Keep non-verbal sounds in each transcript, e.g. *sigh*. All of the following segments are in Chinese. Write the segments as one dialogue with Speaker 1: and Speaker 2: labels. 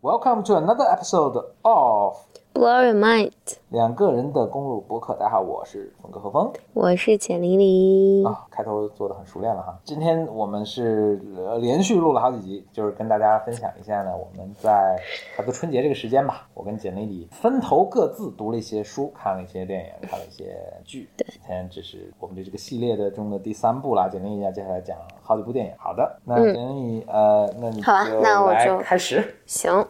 Speaker 1: Welcome to another episode of
Speaker 2: Blow your mind，
Speaker 1: 两个人的公路博客。大家好，我是峰哥何峰
Speaker 2: 我是简玲玲。
Speaker 1: 啊，开头做的很熟练了哈。今天我们是呃连续录了好几集，就是跟大家分享一下呢，我们在差不多春节这个时间吧，我跟简丽丽分头各自读了一些书，看了一些电影，看了一些剧。今天这是我们的这个系列的中的第三部啦。简丽丽要接下来讲好几部电影。好的，那
Speaker 2: 嗯
Speaker 1: 简丽丽、呃，那你
Speaker 2: 好啊那我
Speaker 1: 来
Speaker 2: 就
Speaker 1: 开始。
Speaker 2: 行，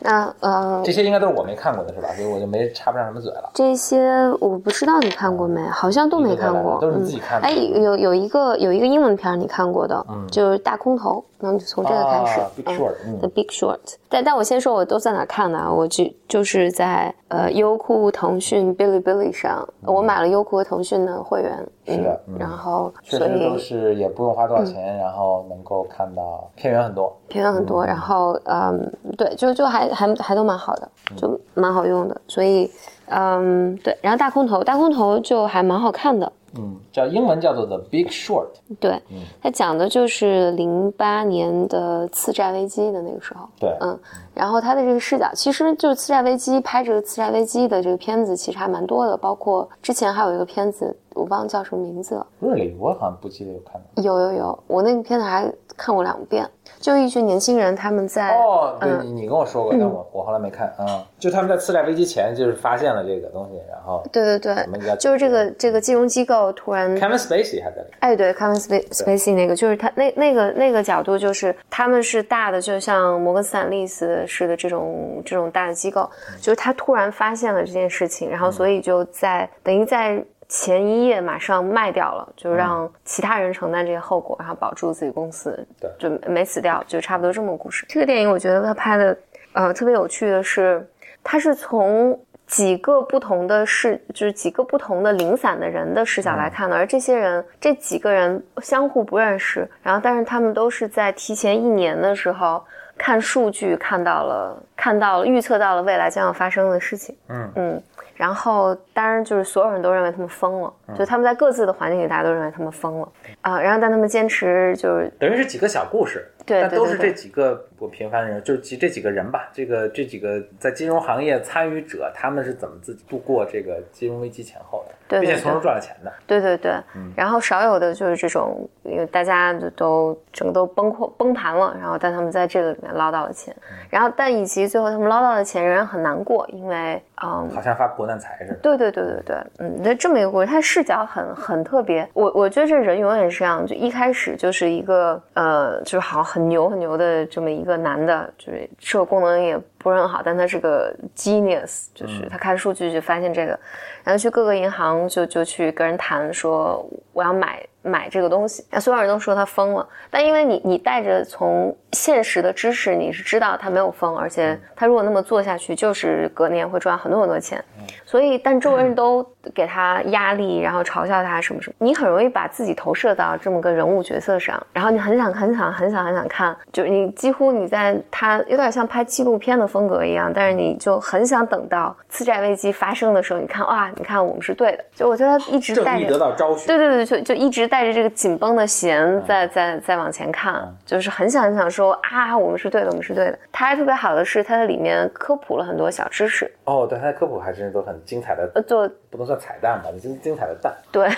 Speaker 2: 那呃
Speaker 1: 这，些应该都是我没看过的是吧？所以我就没插不上什么嘴了。
Speaker 2: 这些我不知道你看过没，好像都没看过。
Speaker 1: 都是你
Speaker 2: 嗯
Speaker 1: 自己看的嗯
Speaker 2: 哎，有有一个有一个英文片儿你看过的，就是《大空头》，那我们就从这个开始。
Speaker 1: 啊、Big
Speaker 2: 嗯
Speaker 1: Short，
Speaker 2: The
Speaker 1: 嗯，
Speaker 2: Big Short，但但我先说我都在哪看呢？我就就是在呃优酷、腾讯、哔哩哔哩上，我买了优酷和腾讯的会员，
Speaker 1: 嗯是的嗯
Speaker 2: 然后
Speaker 1: 确
Speaker 2: 所
Speaker 1: 实
Speaker 2: 以嗯
Speaker 1: 都是也不用花多少钱，然后能够看到片源很多。
Speaker 2: 片源很多，然后嗯，对，就就还还还都蛮好的，就蛮好用的，所以嗯，对，然后大空头，大空头就还蛮好看的，
Speaker 1: 嗯，叫英文叫做 The Big Short，
Speaker 2: 对，它讲的就是零八年的次债危机的那个时候，
Speaker 1: 对，
Speaker 2: 嗯，然后它的这个视角，其实就是次债危机拍这个次债危机的这个片子其实还蛮多的，包括之前还有一个片子，我忘了叫什么名字了，
Speaker 1: Really，我好像不记得有看到。
Speaker 2: 有有有，我那个片子还看过两遍，就一群年轻人他们在
Speaker 1: 哦，对
Speaker 2: 嗯
Speaker 1: 你你跟我说过，但我我后来没看啊。就他们在次贷危机前就是发现了这个东西，然后
Speaker 2: 对对对
Speaker 1: 我们叫，
Speaker 2: 呃就是这个这个金融机构突然
Speaker 1: Kevin Spacey 还在里面。
Speaker 2: 哎，对，Kevin Spa- Spacey 那个，就是他那那个那个角度，就是他们是大的，就像摩根斯坦利斯似的这种这种大的机构，就是他突然发现了这件事情，然后所以就在、等于在前一夜马上卖掉了，就让其他人承担这些后果，然后保住自己公司，
Speaker 1: 对
Speaker 2: 就没死掉，就差不多这么个故事。这个电影我觉得他拍的呃特别有趣的是，他是从几个不同的视，就是几个不同的零散的人的视角
Speaker 1: 嗯
Speaker 2: 来看的，而这些人这几个人相互不认识，然后但是他们都是在提前一年的时候看数据看到了，看到了预测到了未来将要发生的事情，
Speaker 1: 嗯
Speaker 2: 嗯。然后，当然就是所有人都认为他们疯了，
Speaker 1: 嗯
Speaker 2: 就他们在各自的环境里，大家都认为他们疯了啊、然后，但他们坚持就是
Speaker 1: 等于是几个小故事，
Speaker 2: 对
Speaker 1: 但
Speaker 2: 对
Speaker 1: 都
Speaker 2: 对
Speaker 1: 是
Speaker 2: 对
Speaker 1: 这几个不平凡人，就是几这几个人吧，这个这几个在金融行业参与者，他们是怎么自己度过这个金融危机前后的，
Speaker 2: 对对
Speaker 1: 并且从中赚了钱的。
Speaker 2: 对对对，然后少有的就是这种，因为大家都都整个都崩溃崩盘了，然后但他们在这个里面捞到了钱，然后但以及最后他们捞到的钱仍然很难过，因为嗯。
Speaker 1: 好像发国难财似的。
Speaker 2: 对对对对对，嗯，那这么一个故事，它视角很很特别。我我觉得这人永远是这样，就一开始就是一个呃，就是好很牛很牛的这么一个男的，就是社会功能也不是很好，但他是个 genius，就是他看数据就发现这个，然后去各个银行就就去跟人谈说我要买买这个东西，那所有人都说他疯了，但因为你你带着从现实的知识，你是知道他没有疯，而且
Speaker 1: 嗯
Speaker 2: 他如果那么做下去，就是隔年会赚很多很多钱，
Speaker 1: 嗯
Speaker 2: 所以但周围人都给他压力，然后嘲笑他什么什么，你很容易把自己投射到这么个人物角色上，然后你很想很想很想很想看，就是你几乎你在他有点像拍纪录片的风格一样，但是你就很想等到次债危机发生的时候，你看哇，你看我们是对的，就我觉得他一直
Speaker 1: 正
Speaker 2: 带
Speaker 1: 义
Speaker 2: 着
Speaker 1: 得到昭雪，
Speaker 2: 对对对，就就一直带着这个紧绷的弦在在在往前看，就是很想很想说啊，我们是对的，我们是对的。它还特别好的是，它在里面科普了很多小知识，
Speaker 1: 哦，对，他的科普还真是都很精彩的，
Speaker 2: 呃，就
Speaker 1: 不能算彩蛋吧，精精彩的蛋。
Speaker 2: 对，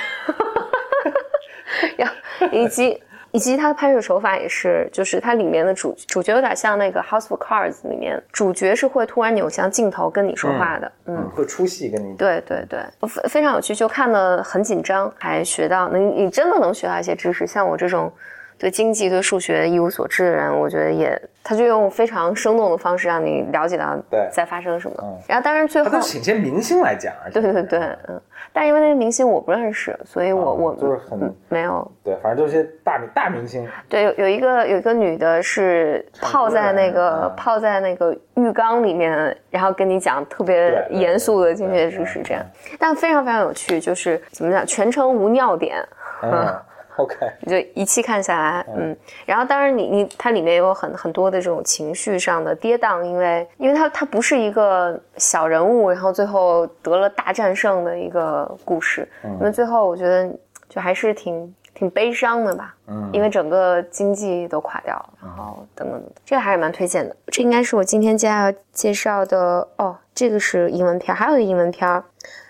Speaker 2: *laughs* 然后以及以及它的拍摄手法也是，就是它里面的主主角有点像那个《House of Cards》里面，主角是会突然扭向镜头跟你说话的，嗯
Speaker 1: 嗯，会出戏跟你。
Speaker 2: 对对对，非非常有趣，就看得很紧张，还学到能你真的能学到一些知识。像我这种对经济、对数学一无所知的人，我觉得也，他就用非常生动的方式让你了解到
Speaker 1: 对
Speaker 2: 在发生什么。
Speaker 1: 嗯
Speaker 2: 然后，当然最
Speaker 1: 他
Speaker 2: 后，
Speaker 1: 都请些明星来讲，而啊且
Speaker 2: 对对对，嗯，但因为那些明星我不认识，所以我、
Speaker 1: 哦
Speaker 2: 我
Speaker 1: 就是很
Speaker 2: 嗯没有。
Speaker 1: 对，反正都是些大明大明
Speaker 2: *laughs*
Speaker 1: 星，
Speaker 2: 对，有有一个有一个女的是
Speaker 1: 唱歌
Speaker 2: 泡在那个
Speaker 1: 的嗯
Speaker 2: 泡在那个浴缸里面，然后跟你讲特别
Speaker 1: 对对
Speaker 2: 严肃的
Speaker 1: 对
Speaker 2: 经济
Speaker 1: 对
Speaker 2: 学知识，
Speaker 1: 嗯
Speaker 2: 这样，但非常非常有趣，就是怎么讲，全程无尿点。
Speaker 1: 嗯，OK，
Speaker 2: 就一气看下来，嗯，然后当然你你它里面有很很多的这种情绪上的跌宕，因为因为它它不是一个小人物，然后最后得了大战胜的一个故事，那么最后我觉得就还是挺挺悲伤的吧，
Speaker 1: 嗯，
Speaker 2: 因为整个经济都垮掉了，然后等等等等，这个还是蛮推荐的。这应该是我今天接下来介绍的哦，这个是英文片儿，还有一个英文片儿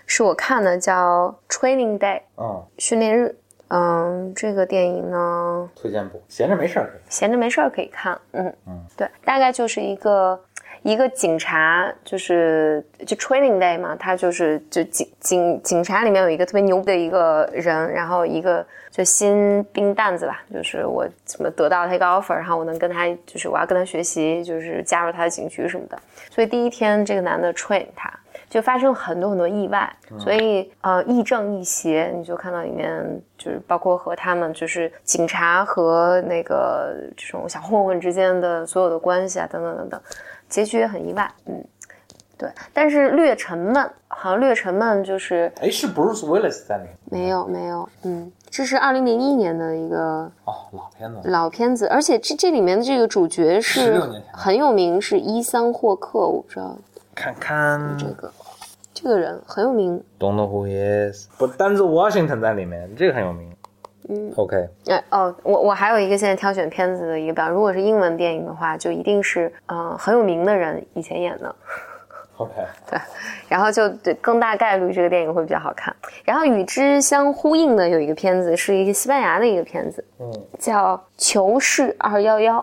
Speaker 2: 是我看的，叫《Training Day》
Speaker 1: 嗯，
Speaker 2: 训练日。嗯，这个电影呢，
Speaker 1: 推荐不？闲着没事儿，
Speaker 2: 闲着没事儿可以看，嗯
Speaker 1: 嗯，
Speaker 2: 对，大概就是一个一个警察，就是就 training day 嘛，他就是就警警警察里面有一个特别牛逼的一个人，然后一个就新兵蛋子吧，就是我怎么得到他一个 offer，然后我能跟他就是我要跟他学习，就是加入他的警局什么的，所以第一天这个男的 train 他。就发生很多很多意外，
Speaker 1: 嗯
Speaker 2: 所以呃亦正亦邪，你就看到里面就是包括和他们就是警察和那个这种小混混之间的所有的关系啊等等等等，结局也很意外，嗯，对，但是略沉闷，好像略沉闷就是
Speaker 1: 哎，是 Bruce Willis 在里面
Speaker 2: 没有没有，嗯，这是二零零一年的一个
Speaker 1: 哦，老片子了，
Speaker 2: 老片子，而且这这里面的这个主角是
Speaker 1: 16年前
Speaker 2: 很有名，是伊桑霍克，我不知道
Speaker 1: 看看
Speaker 2: 这个、这个人很有名，
Speaker 1: Don't know who he is，不，丹泽 Washington 在里面，这个很有名。嗯，OK，
Speaker 2: 哎哦，我我还有一个现在挑选片子的一个表，如果是英文电影的话，就一定是嗯、呃很有名的人以前演的，
Speaker 1: OK，
Speaker 2: 然后就对更大概率这个电影会比较好看。然后与之相呼应的有一个片子，是一个西班牙的一个片子，
Speaker 1: 嗯，
Speaker 2: 叫《囚室二幺幺》，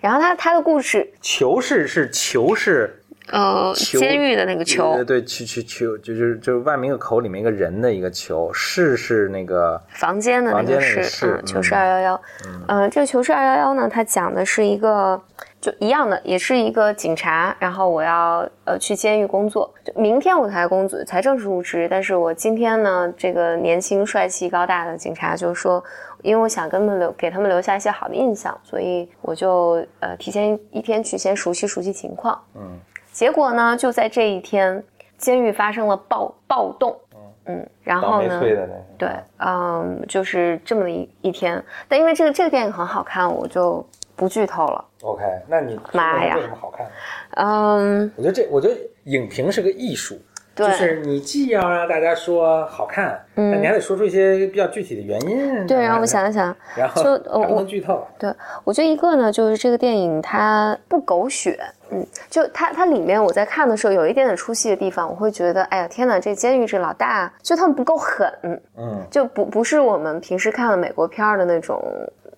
Speaker 2: 然后它它的故事，
Speaker 1: 囚室是囚室，
Speaker 2: 呃，
Speaker 1: 囚
Speaker 2: 监狱的那个囚
Speaker 1: 呃，对，囚囚囚，就是就是外面一个口，里面一个人的一个囚，室是那个，
Speaker 2: 房间的那
Speaker 1: 房间
Speaker 2: 个
Speaker 1: 那个
Speaker 2: 室，
Speaker 1: 室
Speaker 2: 嗯，囚室
Speaker 1: 嗯
Speaker 2: 二幺幺，嗯，这个囚室二幺幺呢，它讲的是一个就一样的，也是一个警察，然后我要呃去监狱工作，就明天我才工作才正式入职，但是我今天呢，这个年轻帅气高大的警察就说，因为我想跟他们留给他们留下一些好的印象，所以我就呃提前一天去先熟悉熟悉情况，
Speaker 1: 嗯，
Speaker 2: 结果呢，就在这一天，监狱发生了暴暴动，嗯，然
Speaker 1: 倒
Speaker 2: 后
Speaker 1: 霉
Speaker 2: 呢，
Speaker 1: 催的那个，
Speaker 2: 对，嗯，就是这么一一天。但因为这个这个电影很好看，我就不剧透了。
Speaker 1: ，OK，那你
Speaker 2: 妈呀
Speaker 1: 为什么好看？
Speaker 2: 嗯，
Speaker 1: 我觉得这，我觉得影评是个艺术，
Speaker 2: 对
Speaker 1: 就是你既要让大家说好看，
Speaker 2: 嗯
Speaker 1: 但你还得说出一些比较具体的原因。
Speaker 2: 对，
Speaker 1: 然
Speaker 2: 让
Speaker 1: 后
Speaker 2: 我想，一想，
Speaker 1: 然后
Speaker 2: 就
Speaker 1: 还
Speaker 2: 呃
Speaker 1: 不
Speaker 2: 我
Speaker 1: 能剧透，
Speaker 2: 对我觉得一个呢，就是这个电影它不狗血，嗯，就它它里面我在看的时候有一点点出戏的地方，我会觉得，哎呀天哪，这监狱这老大就他们不够狠，
Speaker 1: 嗯
Speaker 2: 就不不是我们平时看的美国片儿的那种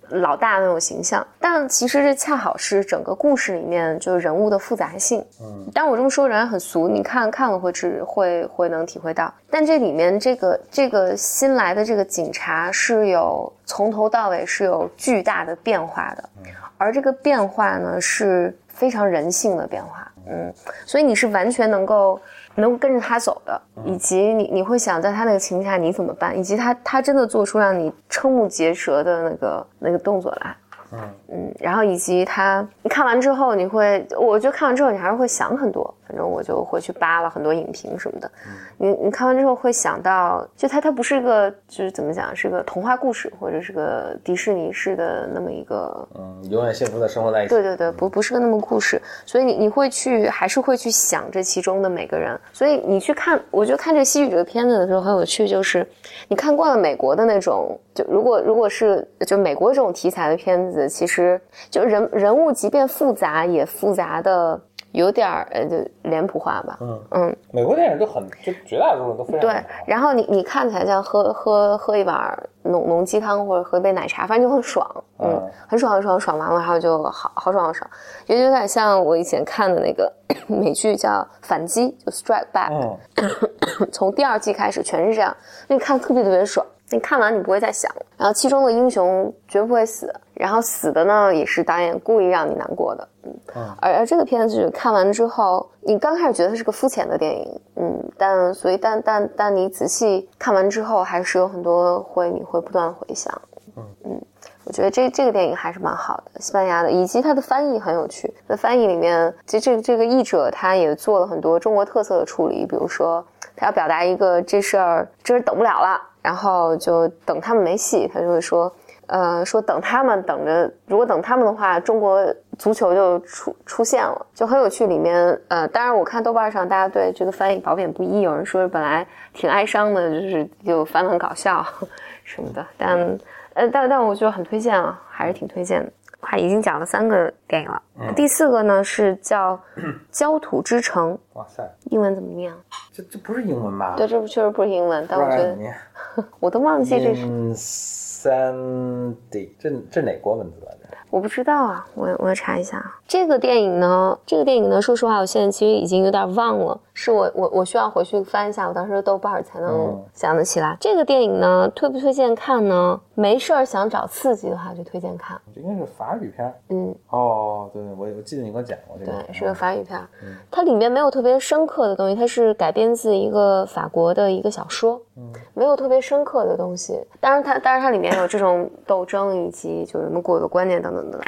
Speaker 2: 老大那种形象，但其实这恰好是整个故事里面就是人物的复杂性。
Speaker 1: 嗯，
Speaker 2: 但我这么说仍然很俗，你看看了会知会会能体会到。但这里面这个这个新来的这个警察是有从头到尾是有巨大的变化的，
Speaker 1: 嗯
Speaker 2: 而这个变化呢是非常人性的变化，嗯，所以你是完全能够能够跟着他走的，以及你你会想在他那个情况下你怎么办，以及他他真的做出让你瞠目结舌的那个那个动作来，嗯，然后以及他，你看完之后，你会，我觉得看完之后你还是会想很多。反正我就会去扒了很多影评什么的。你你看完之后会想到，就它它不是个就是怎么讲，是个童话故事或者是个迪士尼式的那么一个
Speaker 1: 嗯，永远幸福的生活在一起。
Speaker 2: 对对对，不不是个那么故事，所以你你会去还是会去想这其中的每个人，所以你去看，我觉得看这《西语》这个片子的时候很有趣，就是你看惯了美国的那种，就如果如果是就美国这种题材的片子，其实就人人物即便复杂也复杂的有点儿呃就脸谱化吧，
Speaker 1: 嗯
Speaker 2: 嗯，
Speaker 1: 美国电影都很，就绝大多数都非常
Speaker 2: 对，然后你你看起来像喝喝喝一碗浓浓鸡汤或者喝一杯奶茶，反正就很爽，嗯，
Speaker 1: 嗯
Speaker 2: 很爽很爽，爽完了然后就好好爽好爽，也就有点像我以前看的那个 *clears throat* 美剧叫《反击》，就 Strike Back，、
Speaker 1: 嗯，
Speaker 2: 从第二季开始全是这样，你看特别特别爽。你看完你不会再想了，然后其中的英雄绝不会死，然后死的呢也是导演故意让你难过的，嗯，
Speaker 1: 嗯
Speaker 2: 而而这个片子看完之后，你刚开始觉得它是个肤浅的电影，嗯，但所以但但但你仔细看完之后，还是有很多会你会不断地回想，我觉得这这个电影还是蛮好的，西班牙的，以及它的翻译很有趣。那翻译里面，这这这个译者他也做了很多中国特色的处理，比如说他要表达一个这事儿真是等不了了，然后就等他们没戏，他就会说，呃，说等他们等着，如果等他们的话，中国足球就出出现了，就很有趣。里面呃，当然我看豆瓣上大家对这个翻译褒贬不一，有人说本来挺哀伤的，就是就翻得很搞笑，什么的，但呃，但但我就很推荐啊，还是挺推荐的。还已经讲了三个电影了，
Speaker 1: 嗯
Speaker 2: 第四个呢是叫《焦土之城》，
Speaker 1: 哇塞，
Speaker 2: 英文怎么念啊？
Speaker 1: 这这不是英文吧？
Speaker 2: 对，这不确实不是英文，但
Speaker 1: 不
Speaker 2: 我觉
Speaker 1: 然怎
Speaker 2: 得
Speaker 1: 么念
Speaker 2: 我都忘记这是，
Speaker 1: ？Insanity，这这哪国文字来着？
Speaker 2: 我不知道啊，我我要查一下啊。这个电影呢，这个电影呢，说实话，我现在其实已经有点忘了，是我我我需要回去翻一下我当时的豆瓣儿才能
Speaker 1: 嗯
Speaker 2: 想得起来。这个电影呢，推不推荐看呢？没事儿想找刺激的话就推荐看，
Speaker 1: 这应该是法语片儿。
Speaker 2: 嗯，
Speaker 1: 哦，对对，我我记得你给我讲过这个嗯片儿。
Speaker 2: 对，是个法语片儿。它里面没有特别深刻的东西，它是改编自一个法国的一个小说，没有特别深刻的东西。当然它，当然它里面有这种斗争以及就是什么固有的观念等等等等。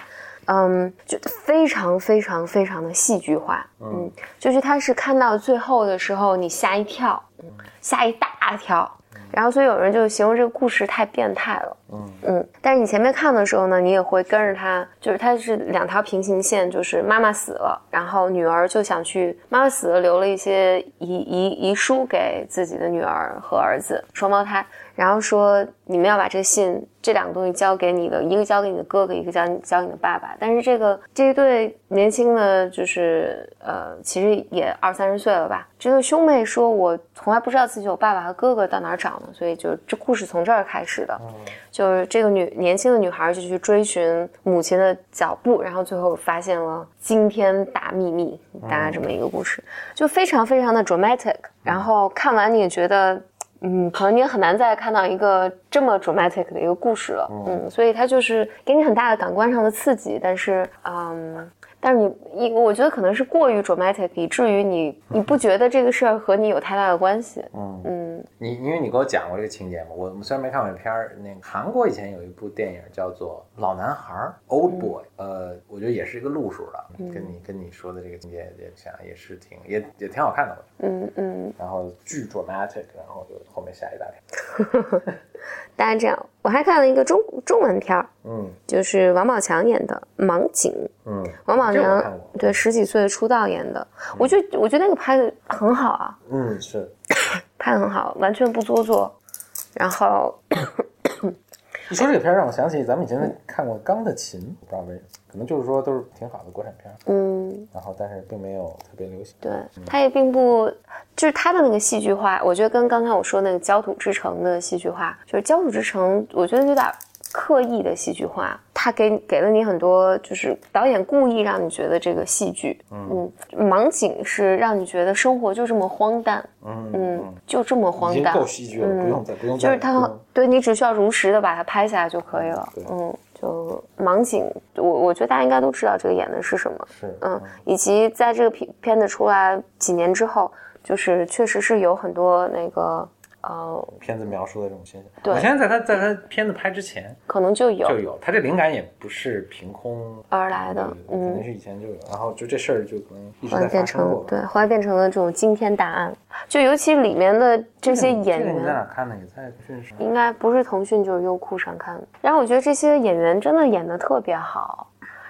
Speaker 2: 嗯，就非常非常非常的戏剧化，嗯，就是它是看到最后的时候，你吓一跳，嗯吓一大跳，然后所以有人就形容这个故事太变态了，
Speaker 1: 嗯
Speaker 2: 嗯，但是你前面看的时候呢，你也会跟着他，就是他是两条平行线，就是妈妈死了，然后女儿就想去，妈妈死了留了一些遗遗遗书给自己的女儿和儿子双胞胎，然后说你们要把这信这两个东西交给你的，一个交给你的哥哥，一个交交给你的爸爸。但是这个这一对年轻的，就是呃，其实也二三十岁了吧。这对兄妹说，我从来不知道自己有爸爸和哥哥到哪儿找呢，所以就这故事从这儿开始的。就是这个女年轻的女孩就去追寻母亲的脚步，然后最后发现了惊天大秘密，大概这么一个故事，就非常非常的 dramatic。然后看完你也觉得，嗯，可能你也很难再看到一个这么 dramatic 的一个故事了，嗯，所以它就是给你很大的感官上的刺激，但是，嗯。但是你一，我觉得可能是过于 dramatic，以至于你你不觉得这个事儿和你有太大的关系。
Speaker 1: 嗯，
Speaker 2: 嗯，
Speaker 1: 你因为你给我讲过这个情节嘛，我我虽然没看过这片儿，那个韩国以前有一部电影叫做《老男孩儿》（Old Boy），、呃，
Speaker 2: 嗯
Speaker 1: 我觉得也是一个路数的，跟你跟你说的这个情节也想也是挺也也挺好看的，我觉得
Speaker 2: 嗯嗯，
Speaker 1: 然后巨 dramatic，然后就后面吓一大跳。
Speaker 2: 大概这样。我还看了一个中中文片儿，
Speaker 1: 嗯
Speaker 2: 就是王宝强演的《盲井》，
Speaker 1: 嗯，
Speaker 2: 王宝
Speaker 1: 这个我
Speaker 2: 强
Speaker 1: 看过
Speaker 2: 对十几岁出道演的，我觉得我觉得那个拍的很好啊，
Speaker 1: 嗯是
Speaker 2: 拍的很好，完全不做作。然后
Speaker 1: 一说这个片儿，让我想起咱们以前看过《钢的琴》，不知道为什么，可能就是说都是挺好的国产片儿，
Speaker 2: 嗯，
Speaker 1: 然后但是并没有特别流行。
Speaker 2: 对，他也并不，就是他的那个戏剧化，我觉得跟刚才我说那个《焦土之城》的戏剧化，就是《焦土之城》，我觉得有点刻意的戏剧化，他给给了你很多，就是导演故意让你觉得这个戏剧，嗯，盲井是让你觉得生活就这么荒诞，
Speaker 1: 嗯
Speaker 2: 嗯，就这么
Speaker 1: 已
Speaker 2: 荒
Speaker 1: 经
Speaker 2: 诞，
Speaker 1: 够戏剧了，
Speaker 2: 嗯
Speaker 1: 不用再不用
Speaker 2: 就
Speaker 1: 再
Speaker 2: 是它
Speaker 1: 不
Speaker 2: 很
Speaker 1: 用
Speaker 2: 对你只需要如实的把它拍下来就可以了
Speaker 1: 嗯对。
Speaker 2: 嗯，就盲井，我我觉得大家应该都知道这个演的是什么。
Speaker 1: 是
Speaker 2: 嗯，以及在这个片片子出来几年之后，就是确实是有很多那个呃，
Speaker 1: 片子描述的这种现象。
Speaker 2: 对
Speaker 1: 我相信在他在他片子拍之前
Speaker 2: 可能就有
Speaker 1: 就有，他这灵感也不是凭空
Speaker 2: 而来的
Speaker 1: 对
Speaker 2: 嗯
Speaker 1: 肯定是以前就有，然后就这事儿就可能一直
Speaker 2: 后
Speaker 1: 在发
Speaker 2: 来呃变
Speaker 1: 生
Speaker 2: 成
Speaker 1: 过。
Speaker 2: 对，后来变成了这种惊天大案。就尤其里面的这些
Speaker 1: 你
Speaker 2: 演
Speaker 1: 这个你
Speaker 2: 员嗯
Speaker 1: 在，哪看的？也在讯上。
Speaker 2: 应该不是腾讯就是优酷上看的。然后我觉得这些演员真的演得特别好，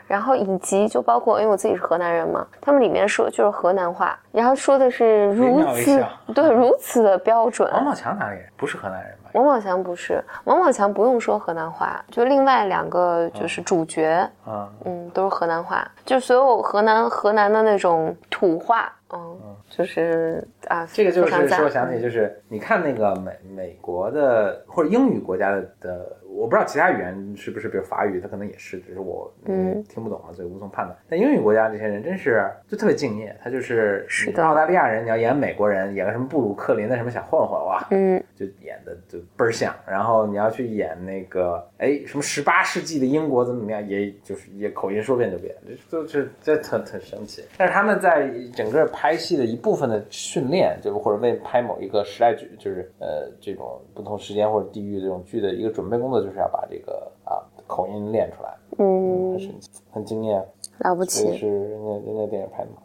Speaker 2: 然后以及就包括因为我自己是河南人嘛，他们里面说就是河南话，然后说的是如
Speaker 1: 惟妙惟
Speaker 2: 此
Speaker 1: 肖
Speaker 2: 对如此的标准。
Speaker 1: 王宝强哪里人？不是河南人吧？
Speaker 2: 王宝强不是，王宝强不用说河南话，就另外两个就是主角，
Speaker 1: 啊，
Speaker 2: 嗯，都是河南话，就所有河南河南的那种土话，嗯，就是啊，
Speaker 1: 这个就
Speaker 2: 非常
Speaker 1: 是
Speaker 2: 赞
Speaker 1: 说，我想起就是你看那个美美国的或者英语国家的的，我不知道其他语言是不是，比如法语，它可能也是，只是我
Speaker 2: 嗯
Speaker 1: 听不懂嘛，所以无从判断。但英语国家这些人真是就特别敬业，他就是
Speaker 2: 是
Speaker 1: 你
Speaker 2: 的
Speaker 1: 澳大利亚人，你要演美国人，演个什么布鲁克林的什么小混混哇，
Speaker 2: 嗯，
Speaker 1: 就演的就倍儿像。然后你要去演那个哎什么十八世纪的英国怎么怎么样，也就是也口音说变就变，这就是这很很神奇。但是他们在整个拍戏的一部分的训练，就或者为拍某一个时代剧，就是呃这种不同时间或者地域这种剧的一个准备工作，就是要把这个啊口音练出来，
Speaker 2: 嗯，
Speaker 1: 很神奇，很敬业。
Speaker 2: 了不
Speaker 1: 这
Speaker 2: 起
Speaker 1: 也，是人家人家电影拍的嘛，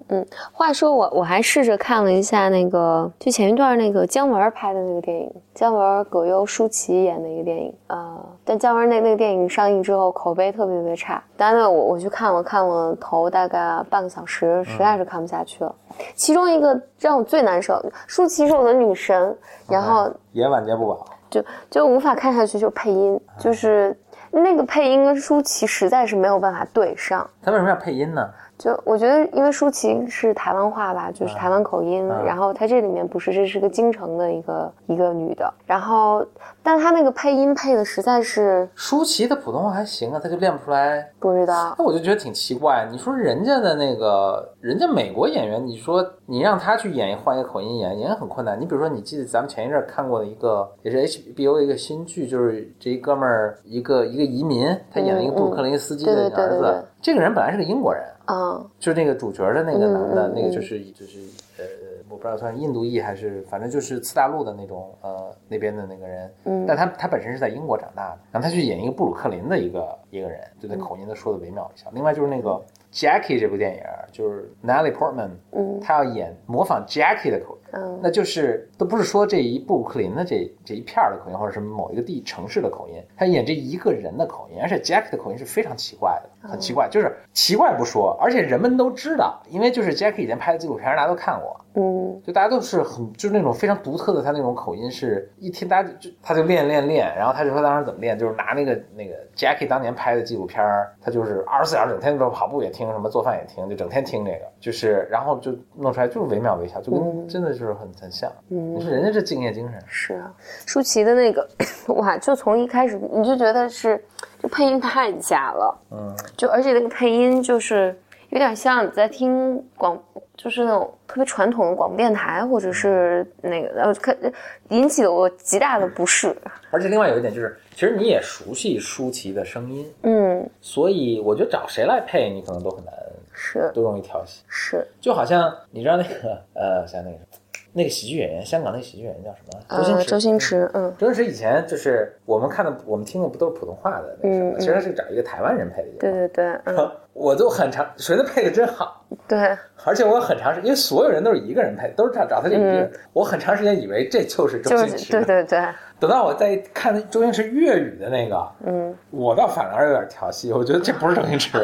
Speaker 2: 话说我我还试着看了一下那个，就前一段那个姜文拍的那个电影，姜文、葛优、舒淇演的一个电影啊、呃但姜文那那个电影上映之后口碑特别特别差，当然我我去看了看了头大概半个小时，实在是看不下去了。其中一个让我最难受，舒淇是我的女神，然后
Speaker 1: 也晚节不保。啊
Speaker 2: 就就无法看下去，就配音，就是那个配音跟舒淇实在是没有办法对上。
Speaker 1: 他为什么要配音呢？
Speaker 2: 就我觉得，因为舒淇是台湾话吧，就是台湾口音，
Speaker 1: 嗯
Speaker 2: 然后她这里面不是，这是个京城的一个一个女的，然后但她那个配音配的实在是
Speaker 1: 舒淇的普通话还行啊，她就练不出来。
Speaker 2: 不知道，
Speaker 1: 那我就觉得挺奇怪，你说人家的那个，人家美国演员，你说你让他去演换一个口音演，也很困难。你比如说，你记得咱们前一阵儿看过的一个，也是 HBO 的一个新剧，就是这一哥们儿，一个一个移民，他演了一个布鲁克林斯基的
Speaker 2: 嗯嗯对对
Speaker 1: 儿
Speaker 2: 对对对
Speaker 1: 子。这个人本来是个英国人，
Speaker 2: 嗯
Speaker 1: 就是那个主角的那个男的，
Speaker 2: 嗯嗯嗯
Speaker 1: 那个就是就是呃，我不知道算是印度裔还是，反正就是次大陆的那种呃那边的那个人，
Speaker 2: 嗯
Speaker 1: 但他他本身是在英国长大的，然后他去演一个布鲁克林的一个一个人，就那口音都说的惟妙惟肖。另外就是那个 Jackie 这部电影，就是 Natalie Portman，
Speaker 2: 嗯
Speaker 1: 她要演模仿 Jackie 的口音。
Speaker 2: 嗯
Speaker 1: 那就是都不是说这一布鲁克林的这这一片儿的口音，或者是某一个地城市的口音，他演这一个人的口音，而且 Jack 的口音是非常奇怪的，很奇怪，就是奇怪不说，而且人们都知道，因为就是 Jack 以前拍的纪录片，大家都看过，
Speaker 2: 嗯
Speaker 1: 就大家都是很就是那种非常独特的，他那种口音是一听大家就就他就练练练，然后他就说当时怎么练，就是拿那个那个 Jackie 当年拍的纪录片儿，他就是二十四小时整天就是跑步也听，什么做饭也听，就整天听这个，就是然后就弄出来就是惟妙惟肖，就跟真的就是很很像。你
Speaker 2: 嗯
Speaker 1: 说人家这敬业精神，
Speaker 2: 是啊，舒淇的那个 *clears throat* 哇，就从一开始你就觉得是这配音太假了，
Speaker 1: 嗯，
Speaker 2: 就而且那个配音就是有点像你在听广，就是那种特别传统的广播电台，或者是那个，然后看引起了我极大的不适。
Speaker 1: 而且另外有一点就是，其实你也熟悉舒淇的声音，
Speaker 2: 嗯，
Speaker 1: 所以我觉得找谁来配你可能都很难，
Speaker 2: 是
Speaker 1: 都容易调戏。
Speaker 2: 是，
Speaker 1: 就好像你知道那个 *laughs* 呃，我想那个什么那个喜剧演员，香港那个喜剧演员叫什么？
Speaker 2: 呃，周
Speaker 1: 周星。
Speaker 2: 星驰，嗯
Speaker 1: 周星驰以前就是我们看的，我们听的不都是普通话的那个什么？
Speaker 2: 嗯嗯
Speaker 1: 其实他是找一个台湾人配的。
Speaker 2: 对。对对，嗯
Speaker 1: *laughs* 我就很长，觉得配的真好，
Speaker 2: 对，
Speaker 1: 而且我很长时间，因为所有人都是一个人配，都是找找他这一个人。我很长时间以为这就是周
Speaker 2: 嗯就
Speaker 1: 星
Speaker 2: 是
Speaker 1: 驰。
Speaker 2: 对对对，
Speaker 1: 等到我再看周星驰粤语的那个，
Speaker 2: 嗯，
Speaker 1: 我倒反而有点调戏，我觉得这不是周星
Speaker 2: *laughs*
Speaker 1: 驰。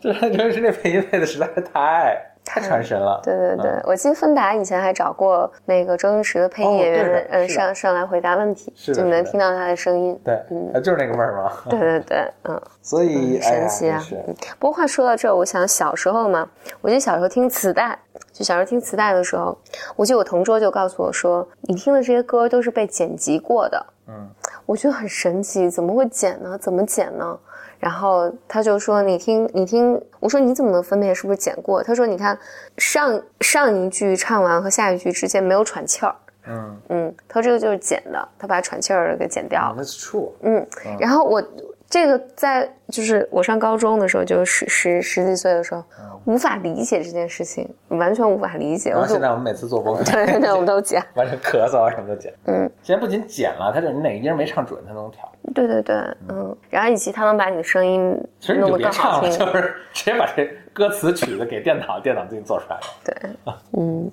Speaker 1: 这周星驰这配音配的实在是太
Speaker 2: 嗯
Speaker 1: 太传神了。
Speaker 2: 对对对，我记得芬达以前还找过那个周星驰的配音
Speaker 1: 嗯哦
Speaker 2: 演员，
Speaker 1: 对的
Speaker 2: 呃，
Speaker 1: 是的
Speaker 2: 上上来回答问题，
Speaker 1: 是的
Speaker 2: 就你能
Speaker 1: 是的
Speaker 2: 听到他的声音。
Speaker 1: 对，呃就是那个味儿嘛。
Speaker 2: 对对对，嗯，
Speaker 1: 所以
Speaker 2: 嗯
Speaker 1: 哎呀
Speaker 2: 神奇啊
Speaker 1: 真是
Speaker 2: 不过话说到这儿，我想小时候嘛，我记得小时候听磁带，就小时候听磁带的时候，我记得我同桌就告诉我说，你听的这些歌都是被剪辑过的。
Speaker 1: 嗯，
Speaker 2: 我觉得很神奇，怎么会剪呢？怎么剪呢？然后他就说：“你听，你听。”我说：“你怎么能分辨是不是剪过？”他说：“你看，上上一句唱完和下一句之间没有喘气儿。
Speaker 1: 嗯”
Speaker 2: 嗯，他说这个就是剪的，他把喘气儿给剪掉了。
Speaker 1: ，That's true。
Speaker 2: 嗯，
Speaker 1: 啊
Speaker 2: 然后我这个在就是我上高中的时候，就十十十几岁的时候，
Speaker 1: 啊
Speaker 2: 无法理解这件事情，完全无法理解。
Speaker 1: 然
Speaker 2: 我
Speaker 1: 后
Speaker 2: 说
Speaker 1: 现，在我们每次做
Speaker 2: *laughs*
Speaker 1: 播客，
Speaker 2: 对，对，我们都剪，
Speaker 1: *laughs* 完全咳嗽啊什么都剪。
Speaker 2: 嗯，
Speaker 1: 现在不仅剪了，它就是你哪个音儿没唱准，它能调。
Speaker 2: 对对对，嗯，然后以及他能把你的声音
Speaker 1: 其实你
Speaker 2: 弄
Speaker 1: 就
Speaker 2: 得
Speaker 1: 别
Speaker 2: 更好
Speaker 1: 唱了， *laughs* 就，
Speaker 2: 听
Speaker 1: 是直接把这歌词曲子给电脑，电脑自己做出来了。
Speaker 2: 对，嗯。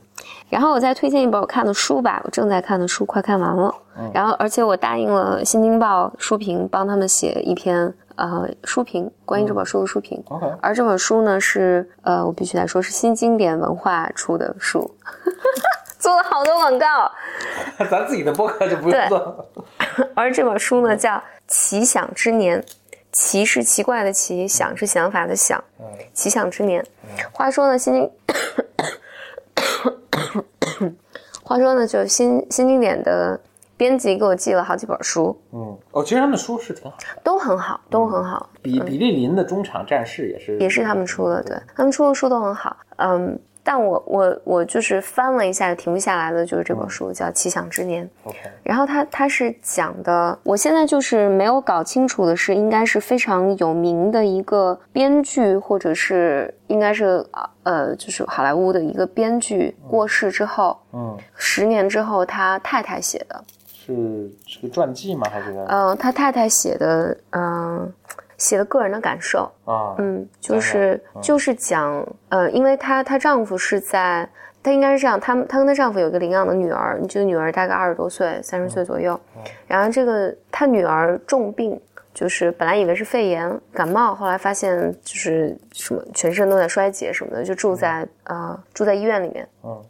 Speaker 2: 然后我再推荐一本我看的书吧，我正在看的书快看完了。
Speaker 1: 嗯
Speaker 2: 然后而且我答应了《新京报》书评帮他们写一篇呃书评，关于
Speaker 1: 嗯
Speaker 2: 这本书的书评。
Speaker 1: OK，
Speaker 2: 而这本书呢是，呃，我必须来说是新经典文化出的书， *laughs* 做了好多广告。
Speaker 1: *laughs* 咱自己的播客就不用
Speaker 2: 对
Speaker 1: 做了。
Speaker 2: 而这本书呢叫《奇想之年》，奇是奇怪的奇，想是想法的想，
Speaker 1: 嗯
Speaker 2: 奇想之年。话说呢，新经， *coughs* 话说呢，就新新经典的编辑给我寄了好几本书，
Speaker 1: 嗯，哦，其实他们书是挺好的，
Speaker 2: 都很好，都很好。
Speaker 1: 比比利林的《中场战事》也是
Speaker 2: 嗯也是他们出的，对他们出的书都很好，嗯。但我我我就是翻了一下，停不下来的就是这本书，叫《奇想之年》。
Speaker 1: OK，
Speaker 2: 然后它它是讲的，我现在就是没有搞清楚的是，应该是非常有名的一个编剧，或者是应该是呃，就是好莱坞的一个编剧过世之后，
Speaker 1: 嗯，
Speaker 2: 十年之后他太太写的。
Speaker 1: 是是个传记吗？还是个
Speaker 2: 嗯、他太太写的，嗯、写的个人的感受。
Speaker 1: 啊？
Speaker 2: 嗯，就是就是讲，呃，因为她她丈夫是在，她应该是这样，她们她跟她丈夫有一个领养的女儿，这个女儿大概二十多岁，三十岁左右，然后这个她女儿重病，就是本来以为是肺炎感冒，后来发现就是什么全身都在衰竭什么的，就住在啊、呃住在医院里面。
Speaker 1: 嗯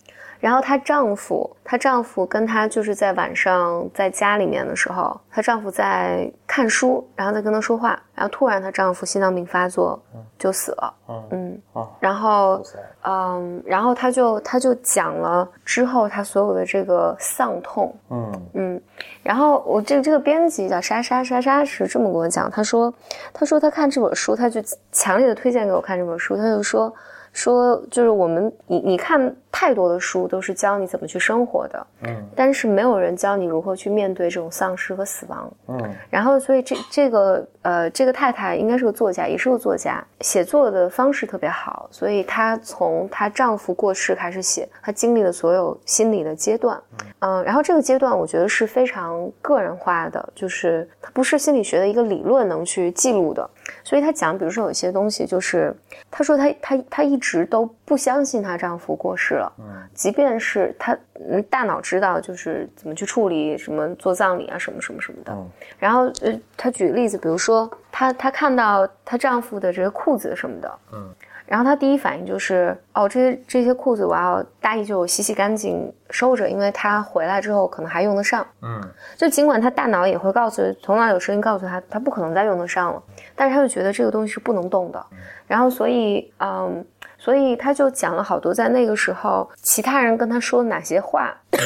Speaker 2: 然后她丈夫，她丈夫跟她就是在晚上在家里面的时候，她丈夫在看书，然后在跟她说话，然后突然她丈夫心脏病发作就死了。
Speaker 1: 嗯
Speaker 2: 嗯，
Speaker 1: 啊，
Speaker 2: 然后
Speaker 1: 哇塞，
Speaker 2: 嗯，然后她就她就讲了之后她所有的这个丧痛，
Speaker 1: 嗯
Speaker 2: 嗯，然后我这个这个编辑叫莎莎莎莎是这么跟我讲，她说她说她看这本书，她就强烈的推荐给我看这本书，她就说说就是我们你你看太多的书都是教你怎么去生活的，
Speaker 1: 嗯
Speaker 2: 但是没有人教你如何去面对这种丧失和死亡。
Speaker 1: 嗯
Speaker 2: 然后，所以这这个呃，这个太太应该是个作家，也是个作家，写作的方式特别好，所以她从她丈夫过世开始写，她经历了所有心理的阶段，嗯、然后这个阶段我觉得是非常个人化的，就是它不是心理学的一个理论能去记录的，所以她讲，比如说有一些东西，就是她说她她她一直都不相信她丈夫过世了，
Speaker 1: 嗯
Speaker 2: 即便是她嗯大脑知道就是怎么去处理什么做葬礼啊什么什么什么的，
Speaker 1: 嗯
Speaker 2: 然后呃，她举例子，比如说她她看到她丈夫的这个裤子什么的，
Speaker 1: 嗯，
Speaker 2: 然后她第一反应就是哦，这些这些裤子我要大意就洗洗干净收着，因为她回来之后可能还用得上。
Speaker 1: 嗯
Speaker 2: 就尽管她大脑也会告诉，头脑有声音告诉她，她不可能再用得上了，但是她就觉得这个东西是不能动
Speaker 1: 嗯
Speaker 2: 的。然后所以嗯，所以她就讲了好多在那个时候其他人跟她说哪些话， *coughs*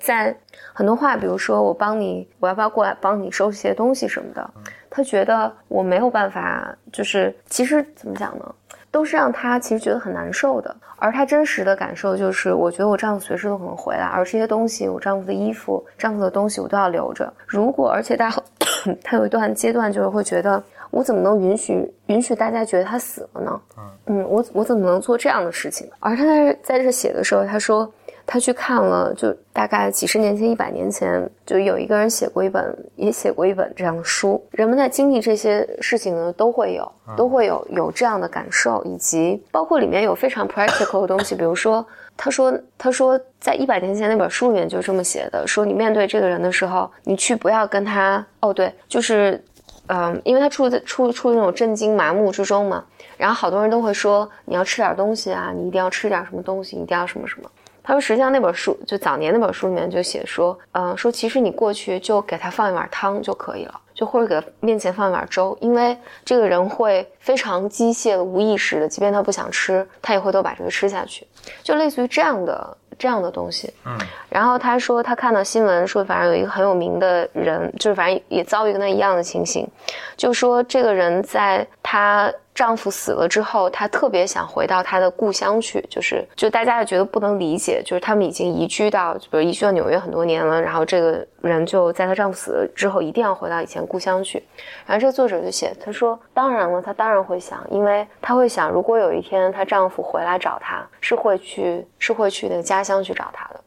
Speaker 2: 在很多话，比如说我帮你，我要不要过来帮你收拾些东西什么的，她觉得我没有办法，就是其实怎么讲呢？都是让她其实觉得很难受的，而她真实的感受就是，我觉得我丈夫随时都可能回来，而这些东西，我丈夫的衣服、丈夫的东西，我都要留着。如果而且 *coughs* 她她有一段阶段就是会觉得，我怎么能允许允许大家觉得他死了呢？嗯，我我怎么能做这样的事情？而她在在这写的时候，她说她去看了，就大概几十年前、一百年前，就有一个人写过一本，也写过一本这样的书。人们在经历这些事情呢，都会有，都会有有这样的感受，以及包括里面有非常 practical 的东西，比如说，她说，她说在一百年前那本书里面就这么写的，说你面对这个人的时候，你去不要跟他，哦对，就是嗯，因为他处在处处于那种震惊麻木之中嘛，然后好多人都会说你要吃点东西啊，你一定要吃点什么东西，你一定要什么什么。他说，实际上那本书就早年那本书里面就写说，嗯、说其实你过去就给他放一碗汤就可以了，就或者给他面前放一碗粥，因为这个人会非常机械的、无意识的，即便他不想吃，他也会都把这个吃下去，就类似于这样的这样的东西。
Speaker 1: 嗯
Speaker 2: 然后他说他看到新闻说，反正有一个很有名的人，就是反正也遭遇跟他一样的情形，就说这个人在她丈夫死了之后，她特别想回到她的故乡去，就是就大家也觉得不能理解，就是他们已经移居到，比如移居到纽约很多年了，然后这个人就在她丈夫死了之后，一定要回到以前故乡去。然后这个作者就写，他说，当然了，她当然会想，因为她会想，如果有一天她丈夫回来找她，是会去是会去那个家乡去找她的。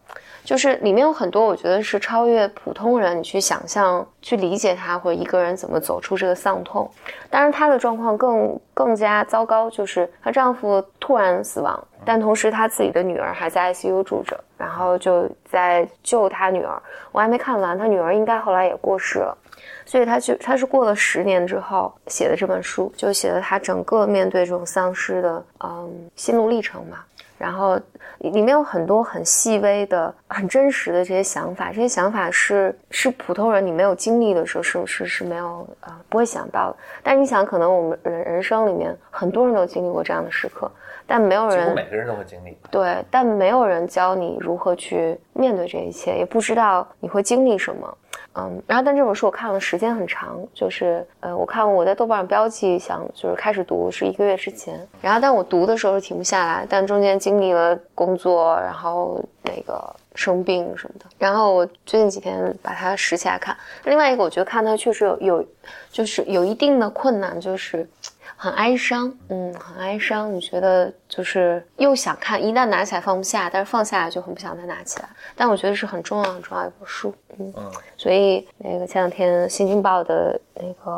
Speaker 2: 就是里面有很多，我觉得是超越普通人你去想象、去理解他或者一个人怎么走出这个丧痛。当然，她的状况更更加糟糕，就是她丈夫突然死亡，但同时她自己的女儿还在 ICU 住着，然后就在救她女儿。我还没看完，她女儿应该后来也过世了。所以她就她是过了十年之后写的这本书，就写了她整个面对这种丧失的嗯心路历程嘛。然后里里面有很多很细微的、很真实的这些想法，这些想法是是普通人你没有经历的时候是是是没有呃不会想到的。但是你想，可能我们人人生里面很多人都经历过这样的时刻，但没有
Speaker 1: 几
Speaker 2: 人
Speaker 1: 乎每个人都会经历。
Speaker 2: 对，但没有人教你如何去面对这一切，也不知道你会经历什么。嗯，然后但这本书我看了时间很长，就是呃，我看我在豆瓣上标记想就是开始读是一个月之前，然后但我读的时候是停不下来，但中间经历了工作，然后那个生病什么的，然后我最近几天把它拾起来看。另外一个我觉得看它确实有有就是有一定的困难，就是很哀伤，嗯，很哀伤。你觉得就是又想看，一旦拿起来放不下，但是放下来就很不想再拿起来。但我觉得是很重要、很重要的一本书。嗯，
Speaker 1: 嗯
Speaker 2: 所以那个前两天《新京报》的那个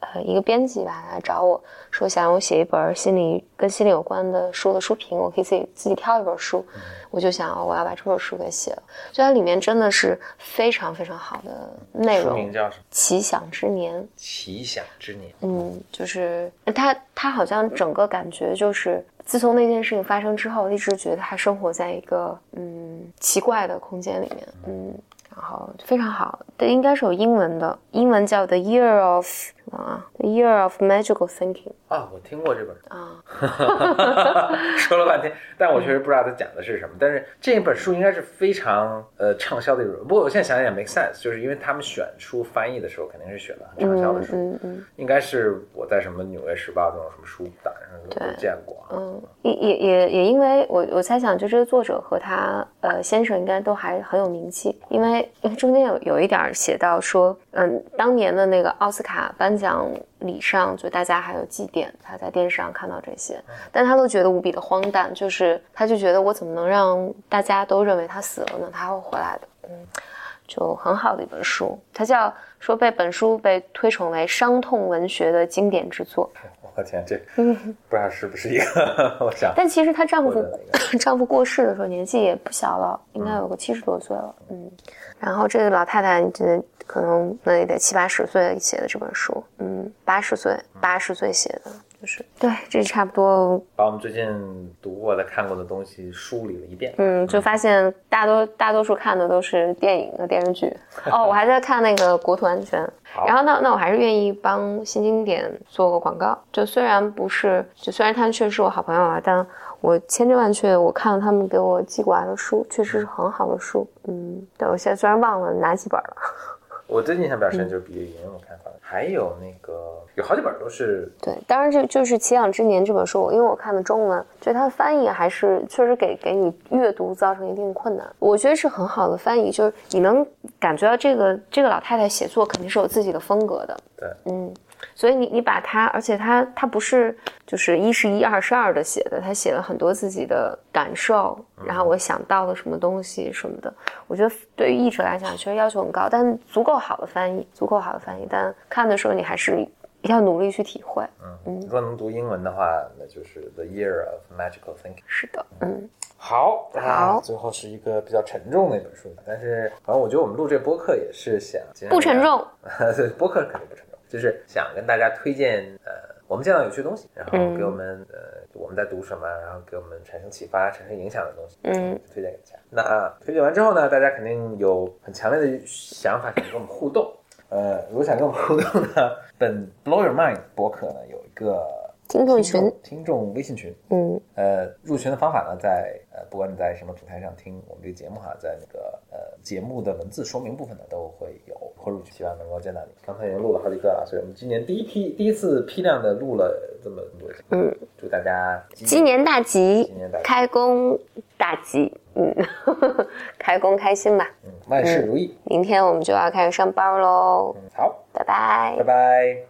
Speaker 2: 呃一个编辑吧来找我说，想让我写一本心理跟心理有关的书的书评，我可以自己自己挑一本书，
Speaker 1: 嗯
Speaker 2: 我就想、哦我要把这本书给写了。就它里面真的是非常非常好的内
Speaker 1: 书
Speaker 2: 容，
Speaker 1: 名
Speaker 2: 《
Speaker 1: 叫什么？
Speaker 2: 奇想之年》。
Speaker 1: 奇想之年。
Speaker 2: 嗯，就是他，他好像整个感觉就是，自从那件事情发生之后，一直觉得他生活在一个嗯奇怪的空间里面，嗯，然后非常好，对，应该是有英文的，英文叫 The Year of 什么啊，The Year of Magical Thinking
Speaker 1: 啊，我听过这本儿，
Speaker 2: 啊，
Speaker 1: *laughs* 说了半天，但我确实不知道它讲的是什么。但是这本书应该是非常呃畅销的一本。不过我现在想想也 make sense，就是因为他们选书翻译的时候，肯定是选了很畅销的
Speaker 2: 嗯
Speaker 1: 书。
Speaker 2: 嗯嗯
Speaker 1: 应该是我在什么《纽约时报》这种什么书档上都见过啊。
Speaker 2: 嗯，也也也也因为我我猜想，就这个作者和他呃先生应该都还很有名气，因为因为中间有有一点儿写到说，嗯，当年的那个奥斯卡颁奖礼上，就大家还有祭奠，他在电视上看到这些，
Speaker 1: 嗯
Speaker 2: 但他都觉得无比的荒诞，就是他就觉得我怎么能让大家都认为他死了呢？他还会回来的，嗯，就很好的一本书，它叫说被本书被推崇为伤痛文学的经典之作，
Speaker 1: 我天，这不知道是不是一个？ *laughs* 我想
Speaker 2: 但其实她丈
Speaker 1: 或
Speaker 2: 夫
Speaker 1: 者
Speaker 2: *laughs* 丈夫过世的时候年纪也不小了，应该有个七十多岁了，嗯。然后这个老太太这可能那也得七八十岁写的这本书，嗯，八十岁八十岁写的，就是对，这差不多，
Speaker 1: 把我们最近读过的、看过的东西梳理了一遍。
Speaker 2: 嗯，就发现大多大多数看的都是电影和电视剧。哦，我还在看那个《国土安全》。
Speaker 1: 好
Speaker 2: 然后那那我还是愿意帮新经典做个广告。就虽然不是，就虽然他们确实是我好朋友啊，但我千真万确，我看了他们给我寄过来的书，确实是很好的书。嗯，对我现在虽然忘了哪几本了，
Speaker 1: 我最近印象比较
Speaker 2: 嗯
Speaker 1: 深就是《比利林》，我看过了，还有那个有好几本都是
Speaker 2: 对，当然这就是《奇想之年》这本书，因为我看的中文，觉得它的翻译还是确实给给你阅读造成一定困难。我觉得是很好的翻译，就是你能感觉到这个这个老太太写作肯定是有自己的风格的，
Speaker 1: 对，
Speaker 2: 嗯，所以你你把它，而且它它不是就是一是一二是二的写的，他写了很多自己的感受，然后我想到了什么东西什么的。我觉得对于译者来讲，确实要求很高，但足够好的翻译，足够好的翻译，但看的时候你还是要努力去体会。
Speaker 1: 嗯，如果能读英文的话，那就是《The Year of Magical Thinking》。
Speaker 2: 是的，嗯，
Speaker 1: 好，啊
Speaker 2: 好
Speaker 1: 最后是一个比较沉重的一本书，但是反正我觉得我们录这播客也是想尽量
Speaker 2: 不沉，重，
Speaker 1: *laughs* 对，播客肯定不沉重，就是想跟大家推荐呃我们见到有趣的东西，然后
Speaker 2: 嗯
Speaker 1: 给我们、呃我们在读什么，然后给我们产生启发、产生影响的东西，
Speaker 2: 嗯，
Speaker 1: 推荐给大家。那、啊、推荐完之后呢，大家肯定有很强烈的想法想跟我们互动。呃，如果想跟我们互动呢，本 Blow Your Mind 播客呢有一个
Speaker 2: 听众群，
Speaker 1: 听众微信群，
Speaker 2: 嗯
Speaker 1: 呃，入群的方法呢，在呃，不管你在什么平台上听我们这个节目哈，在那个呃节目的文字说明部分呢，都会有会入群，希望能够见到你。刚才已经录了好几个啊了，所以我们今年第一批第一次批量的录了这么多集，
Speaker 2: 嗯，
Speaker 1: 祝大家
Speaker 2: 今年大吉
Speaker 1: 今年大吉，
Speaker 2: 开工大吉，嗯， *laughs* 开工开心吧。
Speaker 1: 嗯万事如意。
Speaker 2: 明天我们就要开始上班喽，
Speaker 1: 嗯，好，
Speaker 2: 拜拜
Speaker 1: 拜。拜。